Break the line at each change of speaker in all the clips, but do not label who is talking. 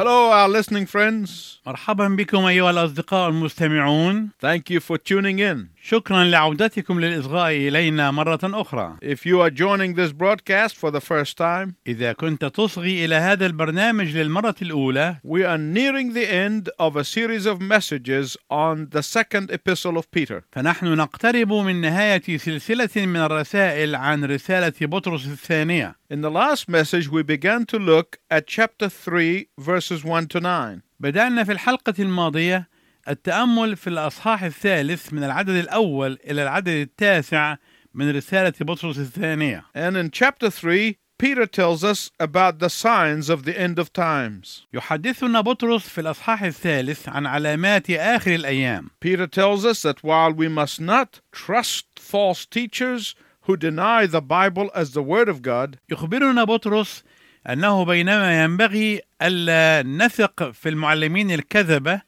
Hello, our listening friends.
مرحبا بكم أيها الأصدقاء المستمعون
Thank you for tuning in.
شكرا لعودتكم للإصغاء إلينا مرة أخرى
If you are joining this broadcast for the first time,
إذا كنت تصغي إلى هذا البرنامج للمرة الأولى
we are nearing the end of a series of messages on the second epistle of Peter.
فنحن نقترب من نهاية سلسلة من الرسائل عن رسالة بطرس الثانية
In the last message, we began to look at chapter 3, verses 1 to 9.
بدأنا في الحلقة الماضية التأمل في الأصحاح الثالث من العدد الأول إلى العدد التاسع من رسالة بطرس الثانية
And in chapter 3, Peter tells us about the signs of the end of times.
يحدثنا بطرس في الأصحاح الثالث عن علامات آخر الأيام
Peter tells us that while we must not trust false teachers who deny the Bible as the Word of God,
يخبرنا بطرس أنه بينما ينبغي ألا نثق في المعلمين الكذبة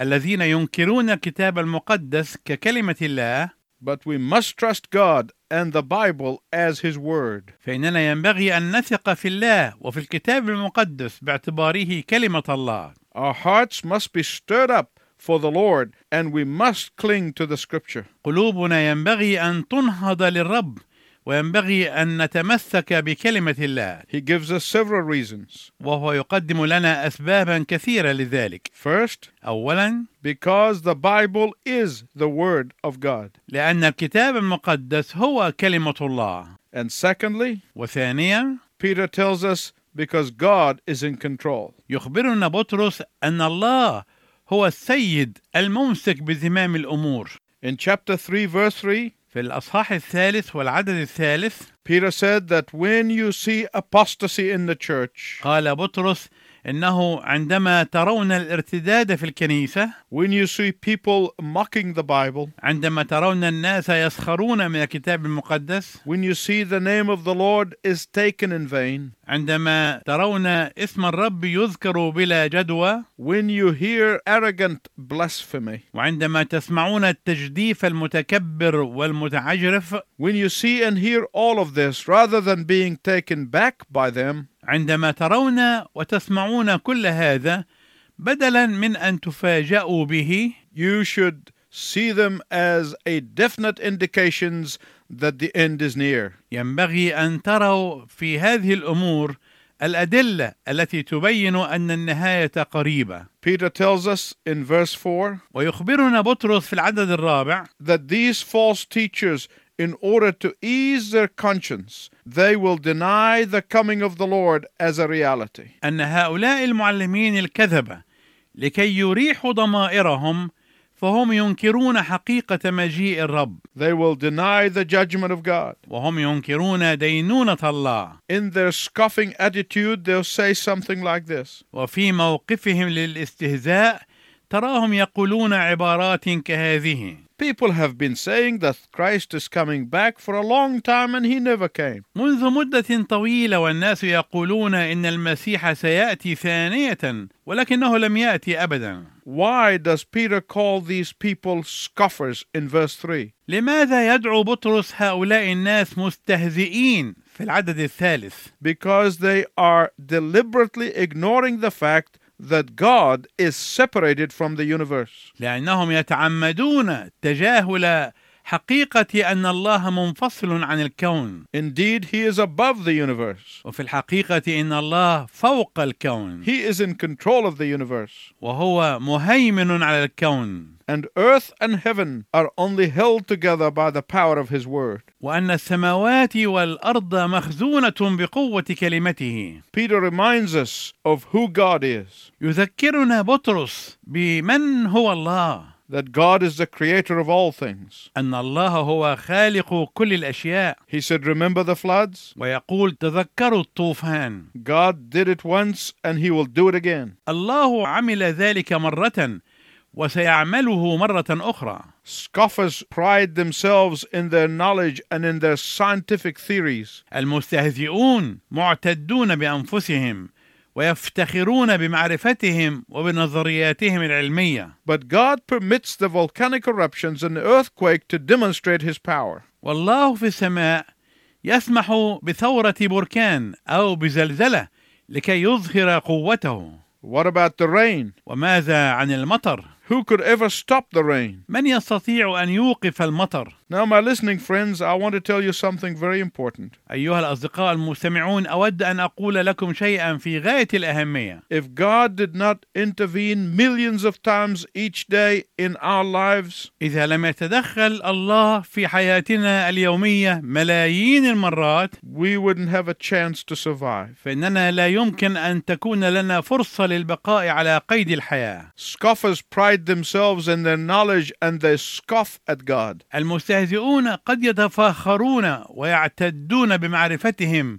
الذين ينكرون الكتاب المقدس ككلمة الله
But we must trust God and the Bible as His Word.
فإننا ينبغي أن نثق في الله وفي الكتاب المقدس باعتباره كلمة الله
Our hearts must be stirred up for the Lord, and we must cling to the Scripture.
قلوبنا ينبغي أن تنهض للرب وينبغي أن نتمسك بكلمة الله
He gives us several reasons.
وهو يقدم لنا أسبابا كثيرة لذلك
First,
أولا
because the Bible is the Word of God.
لأن الكتاب المقدس هو كلمة الله
And secondly,
وثانيا
Peter tells us because God is in control.
يخبرنا بطرس أن الله هو السيد الممسك بزمام الأمور
In chapter 3, verse 3,
في الأصحاح الثالث والعدد الثالث
Peter said that when you see apostasy in the church,
قال بطرس إنه عندما ترون الارتداد في الكنيسة
when you see people mocking the Bible,
عندما ترون الناس يسخرون من الكتاب المقدس
When you see the name of the Lord is taken in vain,
عندما ترون اسم الرب يذكر بلا جدوى
when you hear arrogant blasphemy,
وعندما تسمعون التجديف المتكبر والمتعجرف
when you see and hear all of this, rather than being taken back by them,
عندما ترون وتسمعون كل هذا بدلا من ان تفاجأوا به
you should see them as a definite indications that the end is near.
ينبغي ان تروا في هذه الامور الادله التي تبين ان النهايه قريبه
Peter tells us in verse 4
ويخبرنا بطرس في العدد الرابع
that these false teachers in order to ease their conscience, they will deny the coming of the Lord as a reality.
ان هؤلاء المعلمين الكذبه لكي يريحوا ضمائرهم فهم ينكرون حقيقه مجيء الرب
They will deny the judgment of God.
وهم ينكرون دينونه الله
in their scoffing attitude, they'll say something like this
وفي موقفهم للاستهزاء تراهم يقولون عبارات كهذه
People have been saying that Christ is coming back for a long time and he never came.
منذ مدة طويلة والناس يقولون إن المسيح سيأتي ثانية ولكنه لم يأتي أبدا
Why does Peter call these people scoffers in verse 3?
لماذا يدعو بطرس هؤلاء الناس مستهزئين في العدد الثالث
Because they are deliberately ignoring the fact that God is separated from the universe.
لأنهم يتعمدون تجاهل حقيقة أن الله منفصل عن الكون
Indeed, he is above the universe,
وفي الحقيقة إن الله فوق الكون
he is in control of the universe.
وهو مهيمن على الكون
And earth and heaven are only held together by the power of his word.
وأن السماوات والأرض مخزونة بقوة كلمته
Peter reminds us of who God is,
يذكرنا بطرس بمن هو الله
that God is the creator of all things.
أن الله هو خالق كل الأشياء
He said, Remember the floods?
ويقول تذكروا الطوفان
God did it once and he will do it again.
الله عمل ذلك مرة وسيعمله مرة أخرى
Scoffers pride themselves in their knowledge and in their scientific theories.
المستهزئون معتدون بأنفسهم ويفتخرون بمعرفتهم وبنظرياتهم العلميه
But God permits the volcanic eruptions and the earthquake to demonstrate his power.
والله في السماء يسمح بثورة بركان أو بزلزلة لكي يظهر قوته
What about the rain?
وماذا عن المطر
Who could ever stop the rain?
من يستطيع ان يوقف المطر
Now, my listening friends, I want to tell you something very important.
ايها الاصدقاء المستمعون اود ان اقول لكم شيئا في غايه الاهميه
If God did not intervene millions of times each day in our lives,
اذا لم يتدخل الله في حياتنا اليوميه ملايين المرات
we wouldn't have a chance to survive.
فاننا لا يمكن ان تكون لنا فرصه للبقاء على قيد الحياه
Scoffers pride themselves in their knowledge and they scoff at God.
المستهزئون قد يتفاخرون ويعتدون بمعرفتهم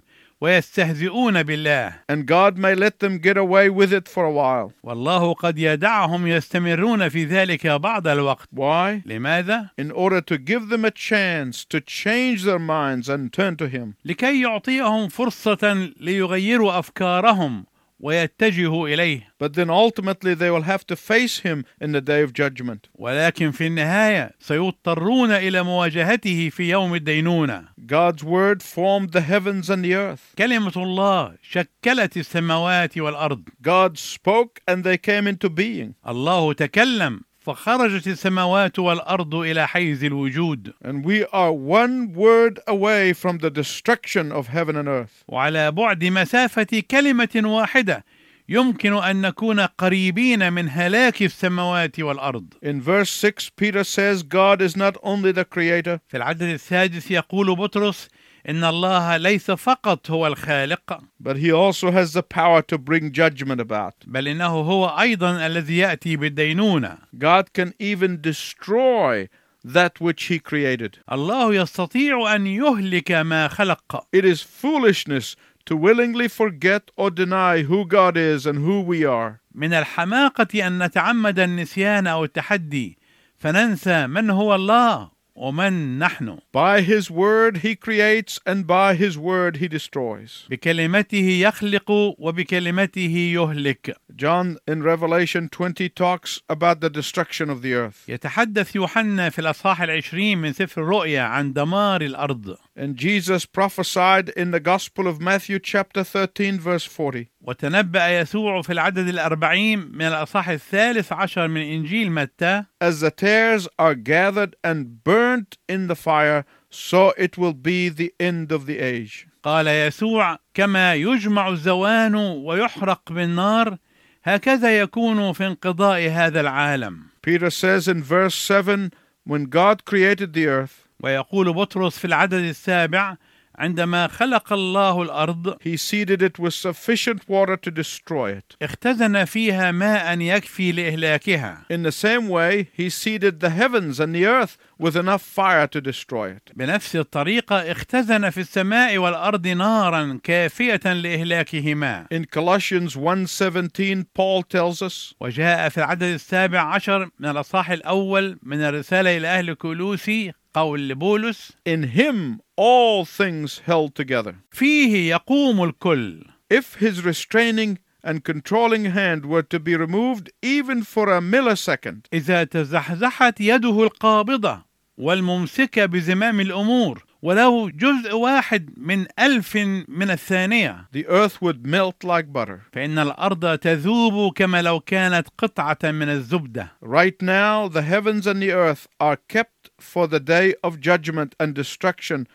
ويستهزئون بالله
And God may let them get away with it for a while.
والله قد يدعهم يستمرون في ذلك بعض الوقت
Why?
لماذا
In order to give them a chance to change their minds and turn to Him.
لكي يعطيهم فرصه ليغيروا افكارهم ويتجهوا اليه
But then ultimately they will have to face Him in the day of judgment.
ولكن في النهايه سيضطرون الى مواجهته في يوم الدينونه
God's Word formed the heavens and the earth.
كلمه الله شكلت السماوات والارض
God spoke and they came into being.
الله تكلم فخرجت السماوات والارض الى حيز الوجود
And we are one word away from the destruction of heaven and earth.
وعلى بعد مسافه كلمه واحده يمكن ان نكون قريبين من هلاك السماوات والارض
In verse 6, Peter says God is not only the creator,
في العدد السادس يقول بطرس ان الله ليس فقط هو الخالق
but he also has the power to bring judgment about.
بل انه هو ايضا الذي ياتي بالدينونه
God can even destroy that which he created.
الله يستطيع ان يهلك ما خلق
It is foolishness to willingly forget or deny who God is and who we are.
من الحماقة أن نتعمد النسيان أو التحدي فننسى من هو الله ومن نحن
By his word he creates, and by his word he destroys.
بكلمته يخلق وبكلمته يهلك
John in Revelation 20 talks about the destruction of the earth.
يتحدث يوحنا في الأصحاح العشرين من سفر الرؤيا عن دمار الأرض
And Jesus prophesied in the Gospel of Matthew, chapter 13, verse 40.
وتنبأ يسوع في العدد الأربعين من الأصحاح الثالث عشر من إنجيل متى
As the tares are gathered and burnt in the fire, so it will be the end of the age.
قال يسوع كما يجمع الزوان ويحرق بالنار هكذا يكون في انقضاء هذا العالم
Peter says in verse 7 When God created the earth,
ويقول بطرس في العدد السابع عندما خلق الله الارض
he seeded it with sufficient water to destroy it.
اختزن فيها ماء يكفي لاهلاكها
In the same way, he seeded the heavens and the earth with enough fire to destroy it.
بنفس الطريقه اختزن في السماء والارض نارا كافيه لاهلاكهما
In Colossians 1:17, Paul tells us,
وجاء في العدد السابع عشر من الاصحاح الاول من الرساله الى اهل كولوسي قول لبولس
"In him all things held together."
فيه يقوم الكل
If his restraining and controlling hand were to be removed even for a millisecond,
إذا تزحزحت يده القابضة والممسكة بزمام الأمور ولو جزء واحد من ألف من الثانية
the earth would melt like butter.
فإن الأرض تذوب كما لو كانت قطعة من الزبدة
Right now, the heavens and the earth are kept for the day of judgment and destruction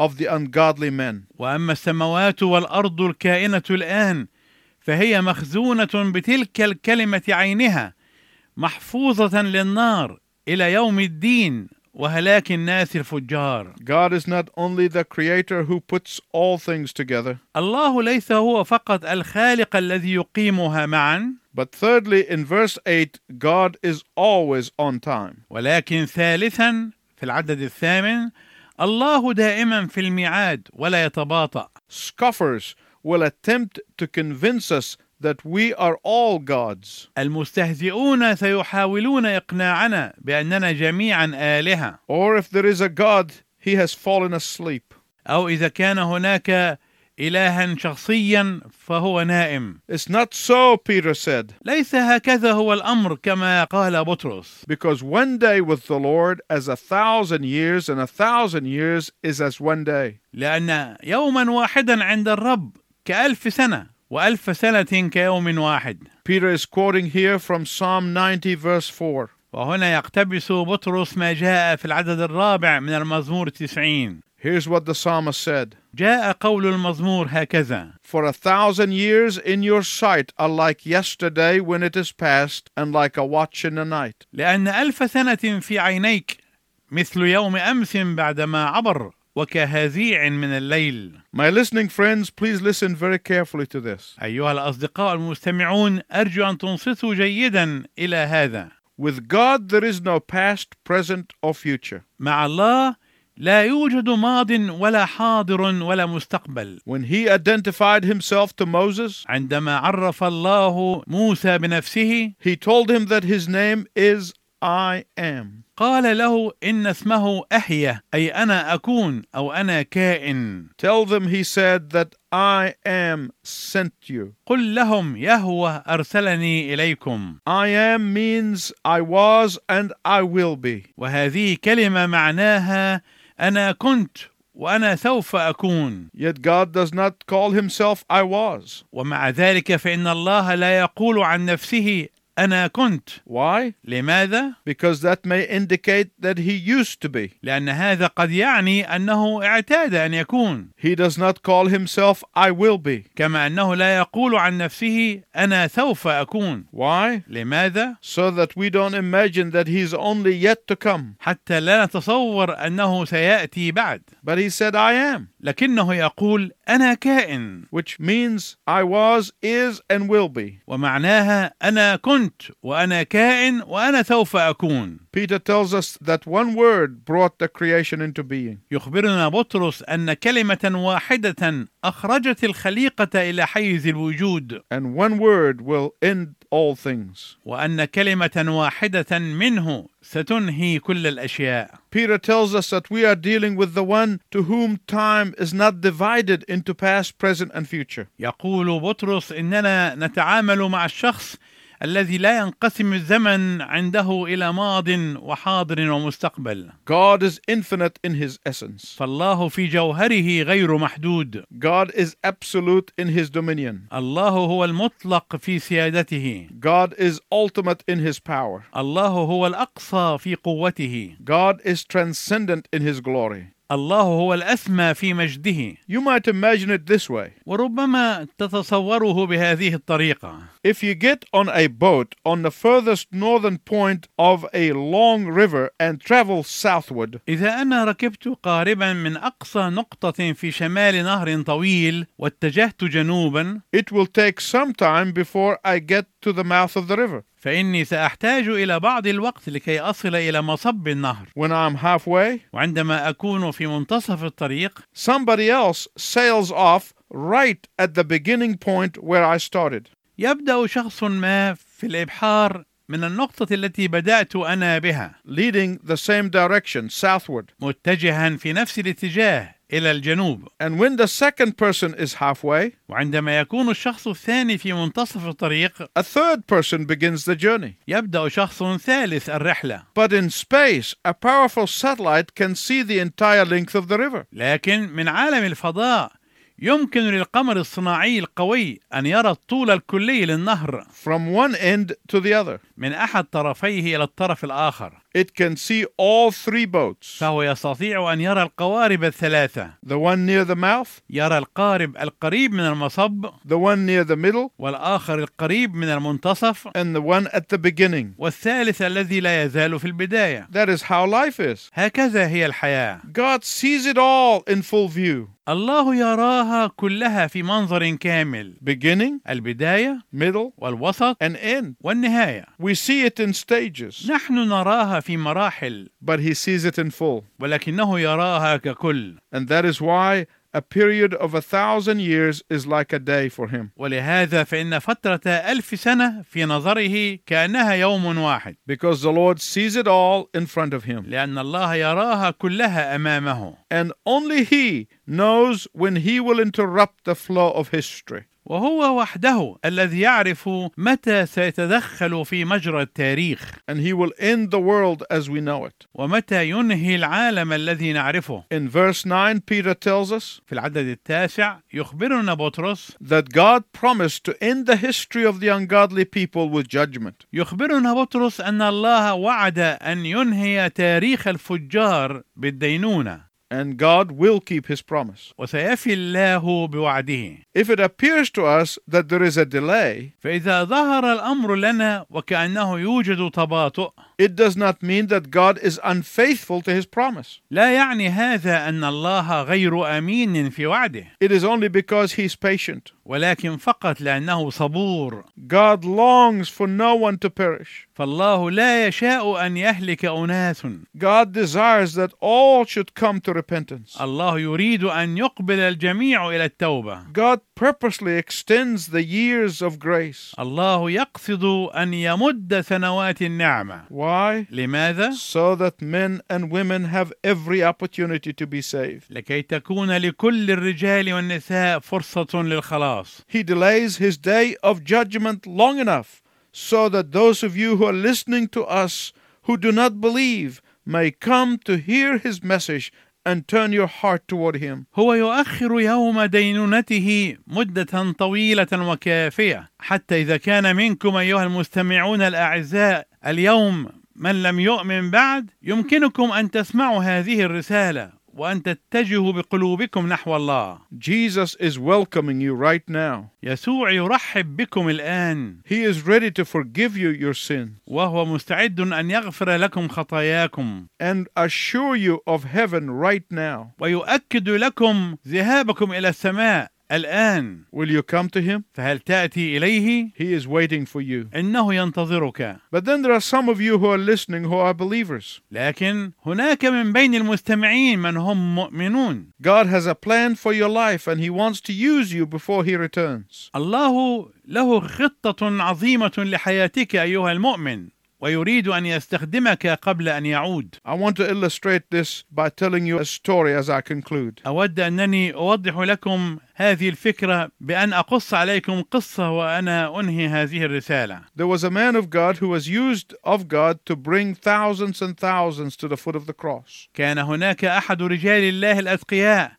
of the ungodly men.
وأما السماوات والأرض الكائنة الآن فهي مخزونة بتلك الكلمة عينها محفوظة للنار إلى يوم الدين وهلاك الناس الفجار
God is not only the creator who puts all things together,
الله ليس هو فقط الخالق الذي يقيمها معا
but thirdly, in verse 8, God is always on time.
ولكن ثالثا في العدد الثامن الله دائما في الميعاد ولا يتباطأ
Scoffers will attempt to convince us that we are all gods,
المستهزئون سيحاولون إقناعنا بأننا جميعا آلهة
or if there is a God, he has fallen asleep.
أو إذا كان هناك إلها شخصيا فهو نائم
It's not so, Peter said,
ليس هكذا هو الأمر كما قال بطرس
because one day with the Lord as a thousand years, and a thousand years is as one day.
لأن يوما واحدا عند الرب كألف سنة وألف سنة كيوم واحد
Peter is quoting here from Psalm 90, verse 4.
وهنا يقتبس بطرس ما جاء في العدد الرابع من المزمور تسعين
Here's what the psalmist said
جاء قول المزمور هكذا
For a thousand years in your sight are like yesterday when it is past, and like a watch in the night.
لأن ألف سنة في عينيك مثل يوم أمس بعدما عبر وكهزيع من الليل
My listening friends, please listen very carefully to this.
أيها الأصدقاء المستمعون أرجو أن تنصتوا جيدا إلى هذا
With God, there is no past, present, or future.
مع الله لا يوجد ماض ولا حاضر ولا مستقبل
When he identified himself to Moses,
عندما عرف الله موسى بنفسه
he told him that his name is I am.
قال له إن اسمه أحيا أي أنا أكون أو أنا كائن
Tell them, he said, that I am sent you.
قل لهم يهوه أرسلني إليكم
I am means I was and I will be.
وهذه كلمة معناها أنا كنت وأنا سوف أكون
Yet God does not call himself I was.
ومع ذلك فإن الله لا يقول عن نفسه أنا كنت
Why?
لماذا؟
Because that may indicate that he used to be.
لأن هذا قد يعني أنه اعتاد أن يكون
He does not call himself I will be.
كما أنه لا يقول عن نفسه أنا سوف أكون
Why?
لماذا؟
So that we don't imagine that he's only yet to come.
حتى لا نتصور أنه سيأتي بعد
But he said, I am,
لكنه يقول أنا كائن
which means I was, is, and will be.
ومعناها أنا كنت وأنا كائن وأنا سوف أكون
Peter tells us that one word brought the creation into being.
يخبرنا بطرس أن كلمة واحدة أخرجت الخليقة إلى حيز الوجود
and one word will end all things.
وأن كلمة واحدة منه ستنهي كل الأشياء
Peter tells us that we are dealing with the one to whom time is not divided into past, present, and future.
يقول بطرس إننا نتعامل مع الشخص الذي لا ينقسم الزمن عنده إلى ماض وحاضر ومستقبل
God is infinite in his essence.
فالله في جوهره غير محدود
God is absolute in his dominion.
الله هو المطلق في سيادته
God is ultimate in his power.
الله هو الأقصى في قوته
God is transcendent in his glory.
الله هو الأسمى في مجده
You might imagine it this way.
وربما تتصوره بهذه الطريقة
If you get on a boat on the furthest northern point of a long river and travel southward,
إذا أنا ركبت قاربا من أقصى نقطة في شمال نهر طويل واتجهت جنوبا
It will take some time before I get to the mouth of the river.
فإني سأحتاج إلى بعض الوقت لكي أصل إلى مصب النهر
When I'm halfway,
وعندما أكون في منتصف الطريق
somebody else sails off right at the beginning point where I started.
يبدأ شخص ما في الإبحار من النقطة التي بدأت أنا بها
Leading the same direction, southward.
متجها في نفس الاتجاه إلى الجنوب
And when the second person is halfway,
وعندما يكون الشخص الثاني في منتصف الطريق
a third person begins the journey.
يبدأ شخص ثالث الرحلة
But in space, a powerful satellite can see the entire length of the river.
لكن من عالم الفضاء يمكن للقمر الصناعي القوي أن يرى الطول الكلي للنهر
From one end to the other,
من أحد طرفيه إلى الطرف الآخر
it can see all three boats
فهو يستطيع أن يرى القوارب الثلاثة
the one near the mouth,
يرى القارب القريب من المصب
the one near the middle,
والآخر القريب من المنتصف
and the one at the beginning.
والثالث الذي لا يزال في البداية
That is how life is.
هكذا هي الحياة
God sees it all in full view
الله يراها كلها في منظر كامل
beginning,
البداية
middle,
والوسط
and end.
والنهاية
We see it in stages,
نحن نراها في مراحل
but He sees it in full.
ولكنه يراها ككل
And that is why a period of a thousand years is like a day for Him,
ولهذا فإن فترة ألف سنة في نظره كأنها يوم واحد
because the Lord sees it all in front of Him.
لأن الله يراها كلها أمامه
And only He knows when He will interrupt the flow of history.
وهو وحده الذي يعرف متى سيتدخل في مجرى التاريخ
and he will end the world as we know it.
ومتى ينهي العالم الذي نعرفه
In verse 9, Peter tells us
في العدد التاسع يخبرنا بطرس
that God promised to end the history of the ungodly people with judgment.
يخبرنا بطرس أن الله وعد أن ينهي تاريخ الفجار بالدينونة
And God will keep his promise.
وسيفي الله بوعده
If it appears to us that there is a delay,
فإذا ظهر الأمر لنا وكأنه يوجد تباطؤ
it does not mean that God is unfaithful to his promise.
لا يعني هذا أن الله غير أمين في وعده
It is only because he's patient.
ولكن فقط لأنه صبور
God longs for no one to perish.
فالله لا يشاء أن يهلك أناس
God desires that all should come to repentance.
الله يريد أن يقبل الجميع إلى التوبة
God purposely extends the years of grace.
الله يقصد أن يمد سنوات النعمة
Why?
لماذا؟
So that men and women have every opportunity to be saved.
لكي تكون لكل الرجال والنساء فرصة للخلاص
He delays his day of judgment long enough so that those of you who are listening to us who do not believe may come to hear his message and turn your heart toward him.
هو يؤخر يوم دينونته مدة طويلة وكافية حتى إذا كان منكم أيها المستمعون الأعزاء اليوم من لم يؤمن بعد يمكنكم أن تسمعوا هذه الرسالة وأن تتجهوا بقلوبكم نحو الله
Jesus is welcoming you right now.
يسوع يرحب بكم الآن
He is ready to forgive you your sin
وهو مستعد أن يغفر لكم خطاياكم
and assure you of heaven right now.
ويؤكد لكم ذهابكم إلى السماء الآن
Will you come to him?
فهل تأتي إليه؟
He is waiting for you.
إنه ينتظرك
But then there are some of you who are listening who are believers.
لكن هناك من بين المستمعين من هم مؤمنون
God has a plan for your life and he wants to use you before he returns.
الله له خطة عظيمة لحياتك أيها المؤمن ويريد أن يستخدمك قبل أن يعود
I want to illustrate this by telling you a story as I conclude.
أود أنني أوضح لكم هذه الفكرة بأن أقص عليكم قصة وأنا أنهي هذه الرسالة
There was a man of God who was used of God to bring thousands and thousands to the foot of the cross.
كان هناك أحد رجال الله الأتقياء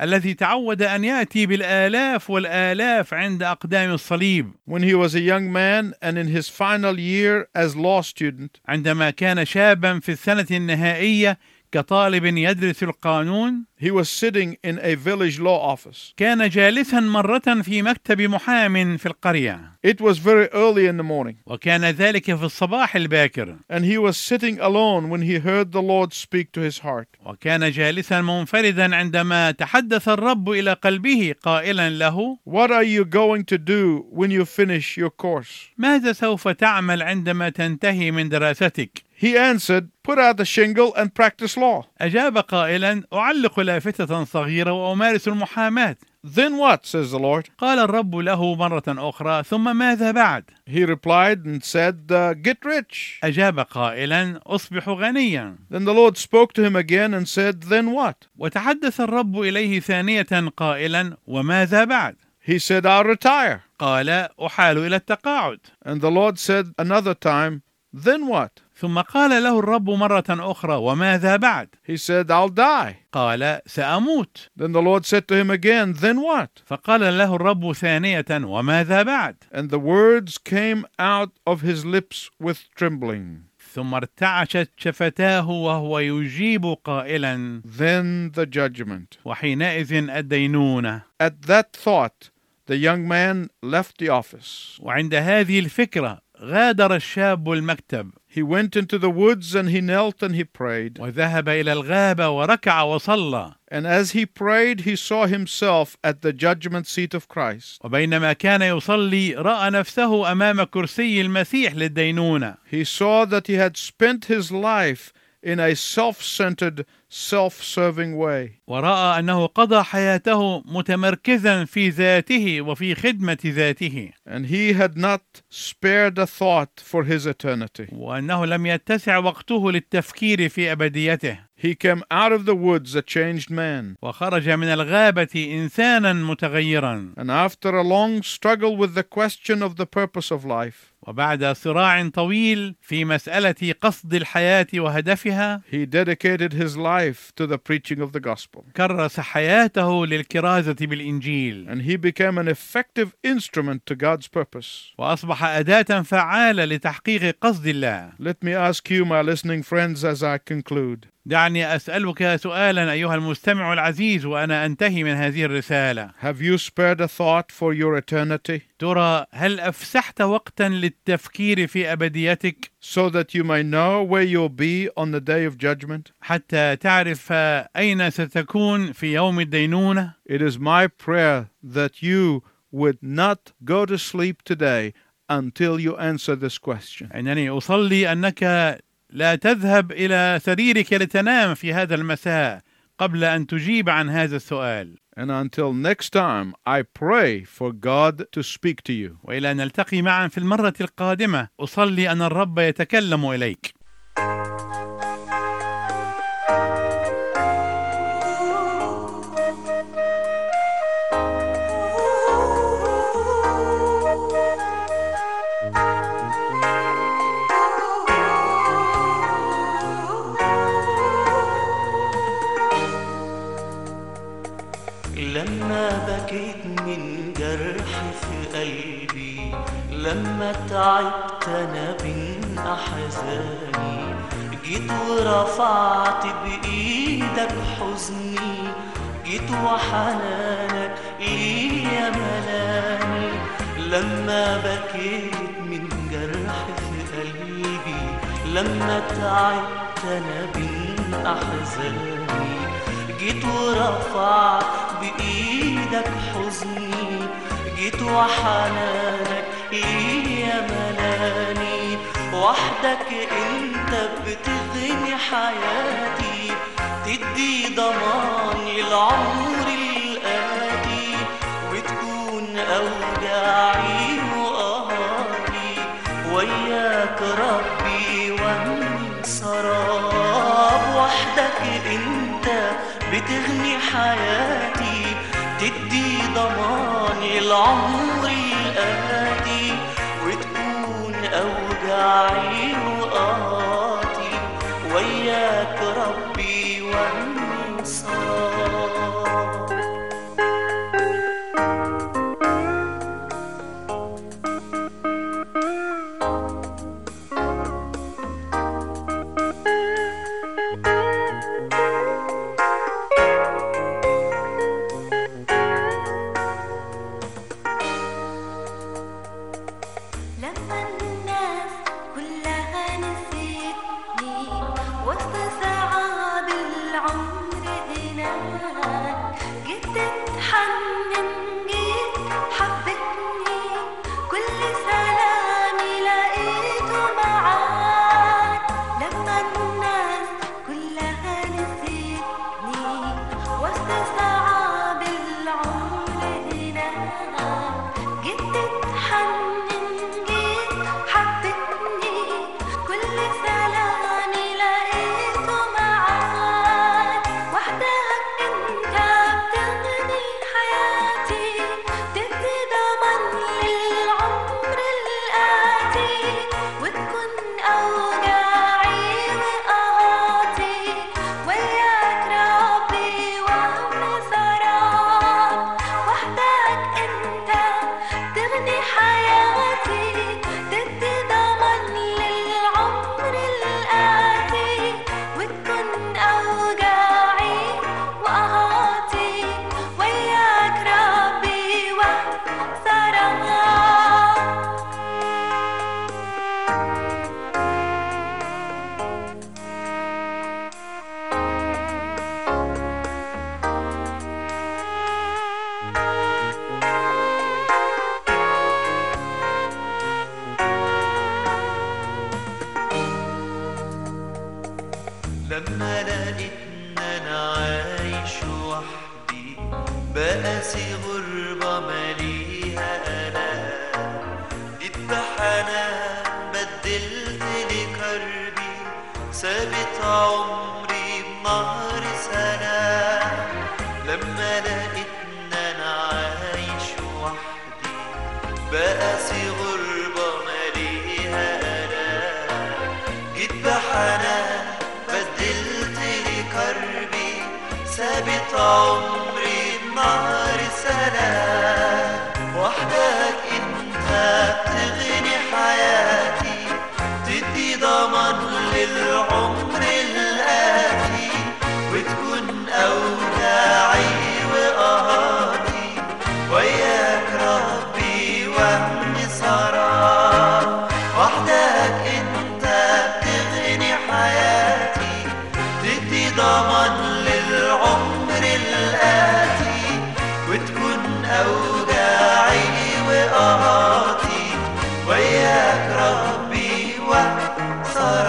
الذي تعود أن يأتي بالآلاف والآلاف عند أقدام الصليب
When he was a young man and in his final year as law student,
عندما كان شابا في السنة النهائية كطالب يدرس القانون
he was sitting in a village law office.
كان جالسا مرة في مكتب محام في القرية
It was very early in the morning,
وكان ذلك في الصباح الباكر
and he was sitting alone when he heard the Lord speak to his heart.
وكان جالسا منفردا عندما تحدث الرب إلى قلبه قائلا له
What are you going to do when you finish your course?
ماذا سوف تعمل عندما تنتهي من دراستك
He answered, Put out the shingle and practice law.
أجاب قائلا أعلق لافتة صغيرة وأمارس المحاماة
Then what? says the Lord.
قال الرب له مرة أخرى ثم ماذا بعد
He replied and said, uh, Get rich.
أجاب قائلا أصبح غنيا
Then the Lord spoke to him again and said, Then what?
وتحدث الرب إليه ثانية قائلا وماذا بعد
He said, I'll retire.
قال أحال إلى التقاعد
And the Lord said another time, Then what?
ثم قال له الرب مرة أخرى وماذا بعد
He said, I'll die.
قال سأموت
Then the Lord said to him again, Then what?
فقال له الرب ثانية وماذا بعد
And the words came out of his lips with trembling.
ثم ارتعشت شفتاه وهو يجيب قائلا
Then the judgment.
وحينئذ الدينونة
At that thought, the young man left the office.
وعند هذه الفكرة غادر الشاب المكتب
He went into the woods and he knelt and he prayed.
وذهب إلى الغابة وركع وصلى
And as he prayed, he saw himself at the judgment seat of Christ.
وبينما كان يصلي رأى نفسه أمام كرسي المسيح للدينونة
He saw that he had spent his life in a self centered, self serving way.
ورأى أنه قضى حياته متمركزا في ذاته وفي خدمة ذاته
And he had not spared a thought for his eternity.
وأنه لم يتسع وقته للتفكير في أبديته
He He came out of the woods a changed man,
وخرج من الغابة إنسانا متغيرا
and after a long struggle with the question of the purpose of life,
وبعد صراع طويل في مسألة قصد الحياة وهدفها
he dedicated his life to the preaching of the gospel.
كرس حياته للكرازة بالإنجيل
And he became an effective instrument to God's purpose.
وأصبح أداة فعالة لتحقيق قصد الله
Let me ask you, my listening friends, as I conclude
دعني أسألك سؤالا أيها المستمع العزيز وأنا أنتهي من هذه الرسالة
Have you spared a thought for your eternity
ترى هل أفسحت وقتا للتفكير في أبديتك
so that you may know where you'll be on the day of judgment?
حتى تعرف أين ستكون في يوم الدينونة
It is my prayer that you would not go to sleep today until you answer this question.
أنني أصلي أنك لا تذهب إلى سريرك لتنام في هذا المساء قبل أن تجيب عن هذا السؤال
And until next time, I pray for God to speak to you.
وإلى أن نلتقي معا في المرة القادمة أصلي أن الرب يتكلم إليك
لما بكيت من جرح في قلبي لما تعبت انا من احزاني جيت ورفعت بايدك حزني جيت وحنانك ليا ملاني لما بكيت من جرح في قلبي لما تعبت انا من احزاني جيت ورفعت بإيدك حزني جيت وحنانك ليا ملاني وحدك انت بتغني حياتي تدي ضمان للعمر الآتي بتكون أوجاعي وقهري وياك ربي وانصراب وحدك انت بتغني حياتي تدي ضمان العمر الآتي وتكون أوجاعي وقاتي وياك ربي وانصراب
لما الناس كلها نسيتني وسط صعاب العمر هناك جيت اتحنن جيت حبتني كل سلامي لقيته معاك لما الناس كلها نسيتني وسط صعاب العمر هناك جيت اتحنن جيت حبتني كل سلامي لقيته معاك وحدك انت بتغني حياتي تدي ضمان للعمر الآتي وتكون أوجاعي وقهاتي وياك ربي وانصراب وحدك انت تغني حياتي تدي ضمان للعمر الآتي وتكون أوجاعي وقهاتي وياك ربي وانصراب
لما لقيت ان انا عايش وحدي بقاسي غربة ماليها ألام جيت بحنان بدلت لكربي سابت عمري النهر سلام لما لقيت ان انا عايش وحدي بقاسي غربة ماليها ألام جيت بحنان بدلت لي كربي ثابت عمري النهر سلام وحدك انت بتغني حياتي تدي ضمان للعمر الآتي وتكون أوداعي وقهاتي وياك ربي وهمي سراب وحدك انت بتغني حياتي تدي ضمان للعمر الآتي وتكون أوجاعي وقهاتي وياك ربي وسراب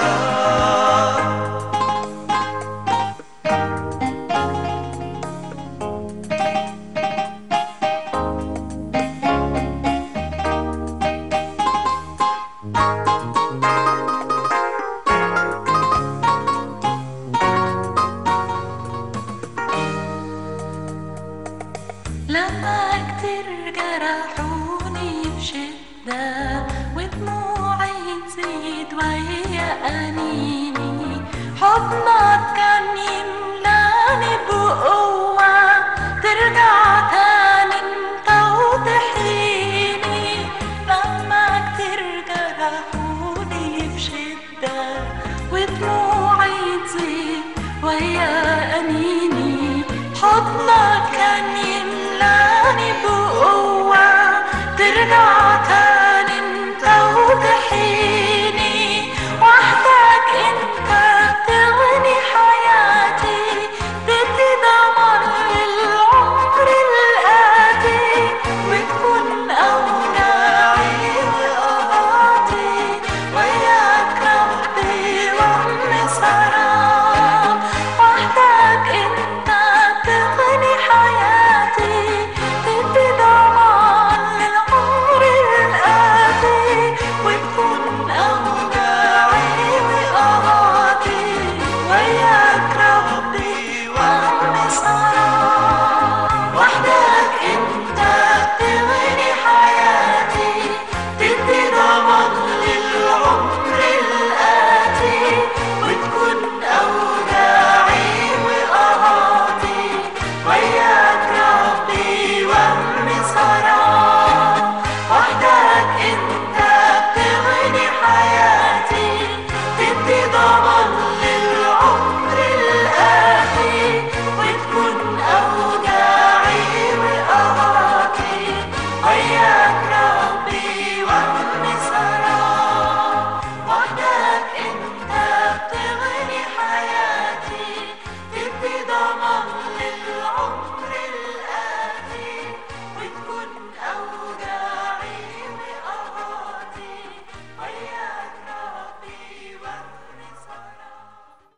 لما كتير جرحوني بشدة ودموعي تزيد وهي أني